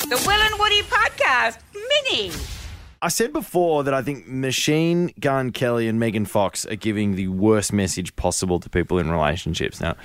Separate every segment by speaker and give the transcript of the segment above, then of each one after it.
Speaker 1: The Will and Woody Podcast Mini.
Speaker 2: I said before that I think Machine Gun Kelly and Megan Fox are giving the worst message possible to people in relationships. Now,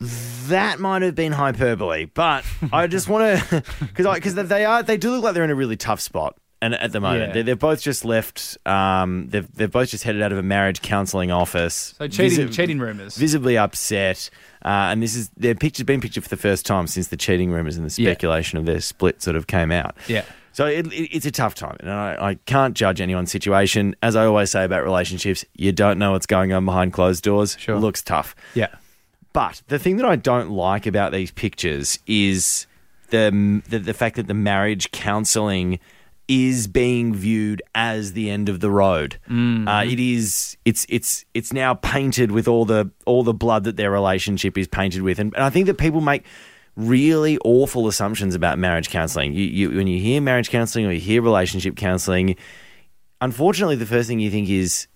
Speaker 2: that might have been hyperbole, but I just want to because because they are they do look like they're in a really tough spot. And at the moment,
Speaker 3: Yeah.
Speaker 2: they're, they're both just left. Um, they've they're both just headed out of a marriage counselling office.
Speaker 3: So cheating,
Speaker 2: Visi-
Speaker 3: cheating rumors.
Speaker 2: visibly upset, uh, and this is their picture's been pictured for the first time since the cheating rumors and the
Speaker 3: Yeah.
Speaker 2: speculation of their split sort of came out.
Speaker 3: Yeah.
Speaker 2: So it, it, it's a tough time, and I, I can't judge anyone's situation. As I always say about relationships, you don't know what's going on behind closed doors.
Speaker 3: Sure.
Speaker 2: looks tough.
Speaker 3: yeah.
Speaker 2: But the thing that I don't like about these pictures is the the, the fact that the marriage counselling is being viewed as the end of the road. Uh, it is. It's it's it's now painted with all the all the blood that their relationship is painted with, and, and I think that people make really awful assumptions about marriage counselling. You, you when you hear marriage counselling or you hear relationship counselling, unfortunately, the first thing you think is,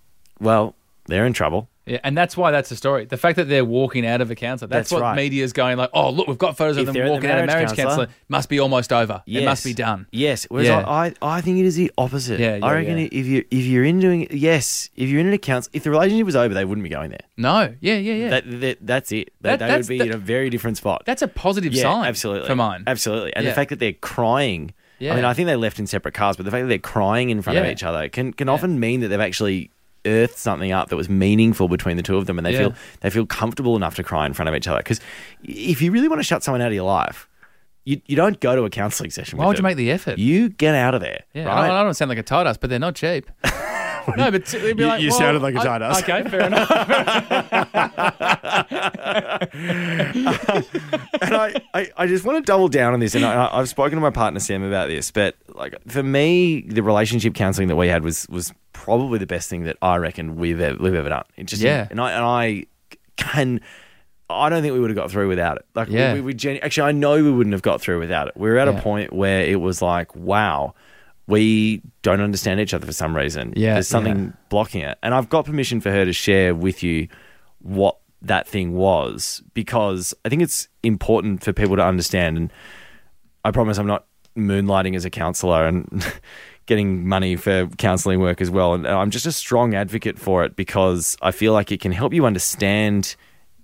Speaker 2: well, they're in trouble.
Speaker 3: Yeah, and that's why that's the story. The fact that they're walking out of a counselor, that's,
Speaker 2: That's
Speaker 3: what
Speaker 2: right.
Speaker 3: media is going like, oh, look, we've got photos
Speaker 2: If
Speaker 3: of
Speaker 2: they're
Speaker 3: them
Speaker 2: at the
Speaker 3: walking out of
Speaker 2: marriage
Speaker 3: marriage
Speaker 2: counsellor-
Speaker 3: counselor. Must be almost over. It must be
Speaker 2: Yes.
Speaker 3: done.
Speaker 2: Yes. Whereas
Speaker 3: Yeah.
Speaker 2: I, I, I think it is the opposite.
Speaker 3: Yeah, yeah,
Speaker 2: I reckon
Speaker 3: yeah.
Speaker 2: if you if you're in doing yes, if you're in an account, if the relationship was over, they wouldn't be going there.
Speaker 3: No, yeah, yeah, yeah.
Speaker 2: That, that that's it. They,
Speaker 3: That-
Speaker 2: they
Speaker 3: that's
Speaker 2: would be
Speaker 3: the-
Speaker 2: in a very different spot.
Speaker 3: that's a positive
Speaker 2: yeah,
Speaker 3: sign.
Speaker 2: absolutely
Speaker 3: for mine.
Speaker 2: Absolutely. And
Speaker 3: Yeah.
Speaker 2: the fact that they're crying.
Speaker 3: Yeah.
Speaker 2: I mean, I think they left in separate cars, but the fact that they're crying in front
Speaker 3: Yeah.
Speaker 2: of each other can can often mean that they've actually earthed something up that was meaningful between the two of them, and they
Speaker 3: Yeah.
Speaker 2: feel they feel comfortable enough to cry in front of each other. Because if you really want to shut someone out of your life. You, you don't go to a counselling session.
Speaker 3: Why
Speaker 2: with
Speaker 3: would you
Speaker 2: them.
Speaker 3: make the effort?
Speaker 2: You get out of there.
Speaker 3: Yeah, I,
Speaker 2: right?
Speaker 3: don't, I don't sound like a tight ass, but they're not cheap. no, but it'd be
Speaker 4: You-
Speaker 3: like,
Speaker 4: you
Speaker 3: well,
Speaker 4: sounded like a
Speaker 3: I-
Speaker 4: tight ass.
Speaker 3: Okay, fair enough.
Speaker 2: and I, I, I just want to double down on this. And I, I- I've spoken to my partner Sam about this, but like for me, the relationship counselling that we had was was probably the best thing that I reckon we've ever, we've ever done. It just
Speaker 3: Yeah.
Speaker 2: and I and I can. I don't think we would have got through without it. Like
Speaker 3: Yeah.
Speaker 2: we, we, we genu- actually, I know we wouldn't have got through without it. We were at
Speaker 3: Yeah.
Speaker 2: a point where it was like, wow, we don't understand each other for some reason.
Speaker 3: Yeah,
Speaker 2: there's something
Speaker 3: yeah.
Speaker 2: blocking it. And I've got permission for her to share with you what that thing was because I think it's important for people to understand. And I promise I'm not moonlighting as a counselor and getting money for counseling work as well. And I'm just a strong advocate for it because I feel like it can help you understand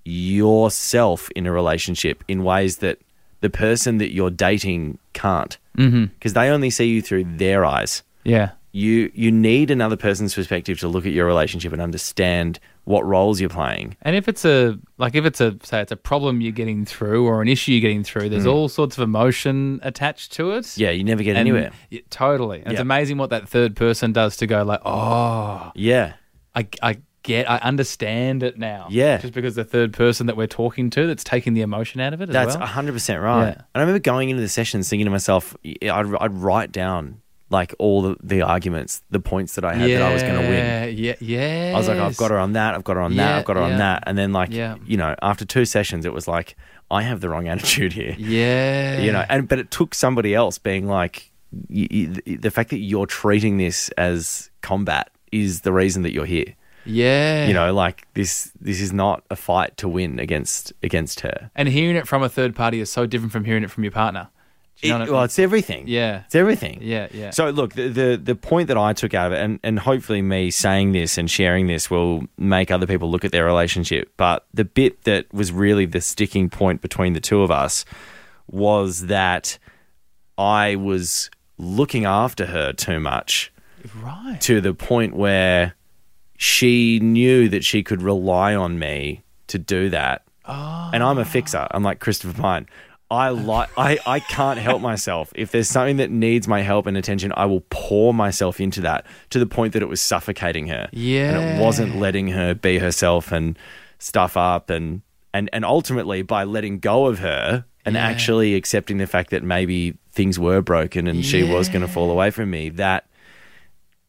Speaker 2: yourself in a relationship in ways that the person that you're dating can't
Speaker 3: Mm-hmm.
Speaker 2: because they only see you through their eyes
Speaker 3: yeah,
Speaker 2: you you need another person's perspective to look at your relationship and understand what roles you're playing.
Speaker 3: and if it's a like if it's a say it's a problem you're getting through or an issue you're getting through,
Speaker 2: Hmm.
Speaker 3: there's all sorts of emotion attached to it.
Speaker 2: Yeah, you never get
Speaker 3: And-
Speaker 2: anywhere.
Speaker 3: yeah, totally. And It's
Speaker 2: Yeah.
Speaker 3: amazing what that third person does to go like, oh,
Speaker 2: Yeah.
Speaker 3: I, I get, I understand it now.
Speaker 2: Yeah.
Speaker 3: just because the third person that we're talking to that's taking the emotion out of it.
Speaker 2: That's
Speaker 3: as well.
Speaker 2: hundred percent right.
Speaker 3: Yeah.
Speaker 2: And I remember going into the sessions thinking to myself, y- I'd, I'd write down like all the, the arguments, the points that I had that I was going to win.
Speaker 3: Yeah, yeah, yeah.
Speaker 2: I was like, I've got her on that, I've got her on that,
Speaker 3: Yeah,
Speaker 2: I've got her
Speaker 3: yeah.
Speaker 2: on that, and then like
Speaker 3: Yeah.
Speaker 2: you know, after two sessions, it was like I have the wrong attitude here.
Speaker 3: Yeah,
Speaker 2: you know and but it took somebody else being like y y the fact that you're treating this as combat is the reason that you're here
Speaker 3: yeah,
Speaker 2: you know like this this is not a fight to win against against her
Speaker 3: And hearing it from a third party is so different from hearing it from your partner. Do you know
Speaker 2: It-
Speaker 3: what I
Speaker 2: well
Speaker 3: mean?
Speaker 2: it's everything
Speaker 3: Yeah.
Speaker 2: it's everything
Speaker 3: Yeah, yeah.
Speaker 2: so look the, the the point that i took out of it and and hopefully me saying this and sharing this will make other people look at their relationship but the bit that was really the sticking point between the two of us was that i was looking after her too much
Speaker 3: right.
Speaker 2: to the point where she knew that she could rely on me to do that. And I'm a fixer. I'm like Christopher Pine. I like I, I can't help myself. If there's something that needs my help and attention, I will pour myself into that to the point that it was suffocating her. And
Speaker 3: Yeah.
Speaker 2: it wasn't letting her be herself and stuff up and and, and ultimately by letting go of her and
Speaker 3: Yeah.
Speaker 2: actually accepting the fact that maybe things were broken and she was gonna fall away from me, that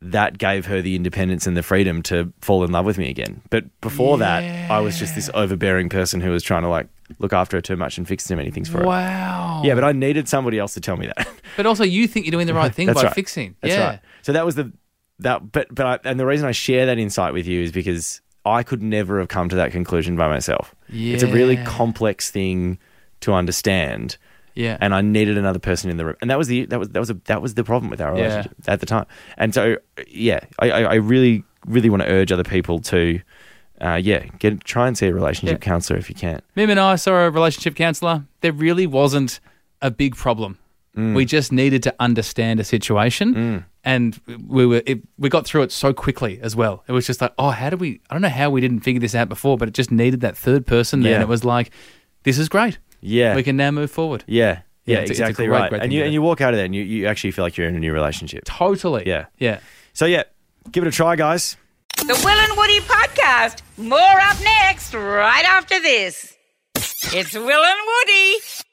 Speaker 2: that gave her the independence and the freedom to fall in love with me again. But before that, I was just this overbearing person who was trying to like look after her too much and fix too many things for her.
Speaker 3: Wow.
Speaker 2: Yeah, but I needed somebody else to tell me that.
Speaker 3: But also, you think you're doing the right thing
Speaker 2: That's
Speaker 3: by
Speaker 2: right.
Speaker 3: fixing.
Speaker 2: That's
Speaker 3: yeah.
Speaker 2: right. So that was the that but but I, and the reason I share that insight with you is because I could never have come to that conclusion by myself. It's a really
Speaker 3: Yeah.
Speaker 2: complex thing to understand.
Speaker 3: Yeah.
Speaker 2: and I needed another person in the room, and that was the that was that was a, that was the problem with our
Speaker 3: Yeah.
Speaker 2: relationship at the time. And so, yeah, I, I, I really really want to urge other people to, uh, yeah, get try and see a relationship
Speaker 3: Yeah.
Speaker 2: counselor if you can.
Speaker 3: Mim and I saw a relationship counsellor. There really wasn't a big problem.
Speaker 2: Mm.
Speaker 3: We just needed to understand a situation, and we were it, we got through it so quickly as well. It was just like, oh, how do we? I don't know how we didn't figure this out before, but it just needed that third person. There,
Speaker 2: Yeah.
Speaker 3: and it was like, this is great.
Speaker 2: Yeah,
Speaker 3: we can now move forward.
Speaker 2: Yeah,
Speaker 3: Yeah,
Speaker 2: yeah,
Speaker 3: it's- it's a
Speaker 2: exactly
Speaker 3: great,
Speaker 2: right.
Speaker 3: great
Speaker 2: and
Speaker 3: thing
Speaker 2: you
Speaker 3: to
Speaker 2: and
Speaker 3: do.
Speaker 2: you walk out of there and you, you actually feel like you're in a new relationship.
Speaker 3: Totally.
Speaker 2: Yeah.
Speaker 3: yeah.
Speaker 2: So yeah, give it a try, guys.
Speaker 1: The Will and Woody Podcast. More up next, right after this. It's Will and Woody.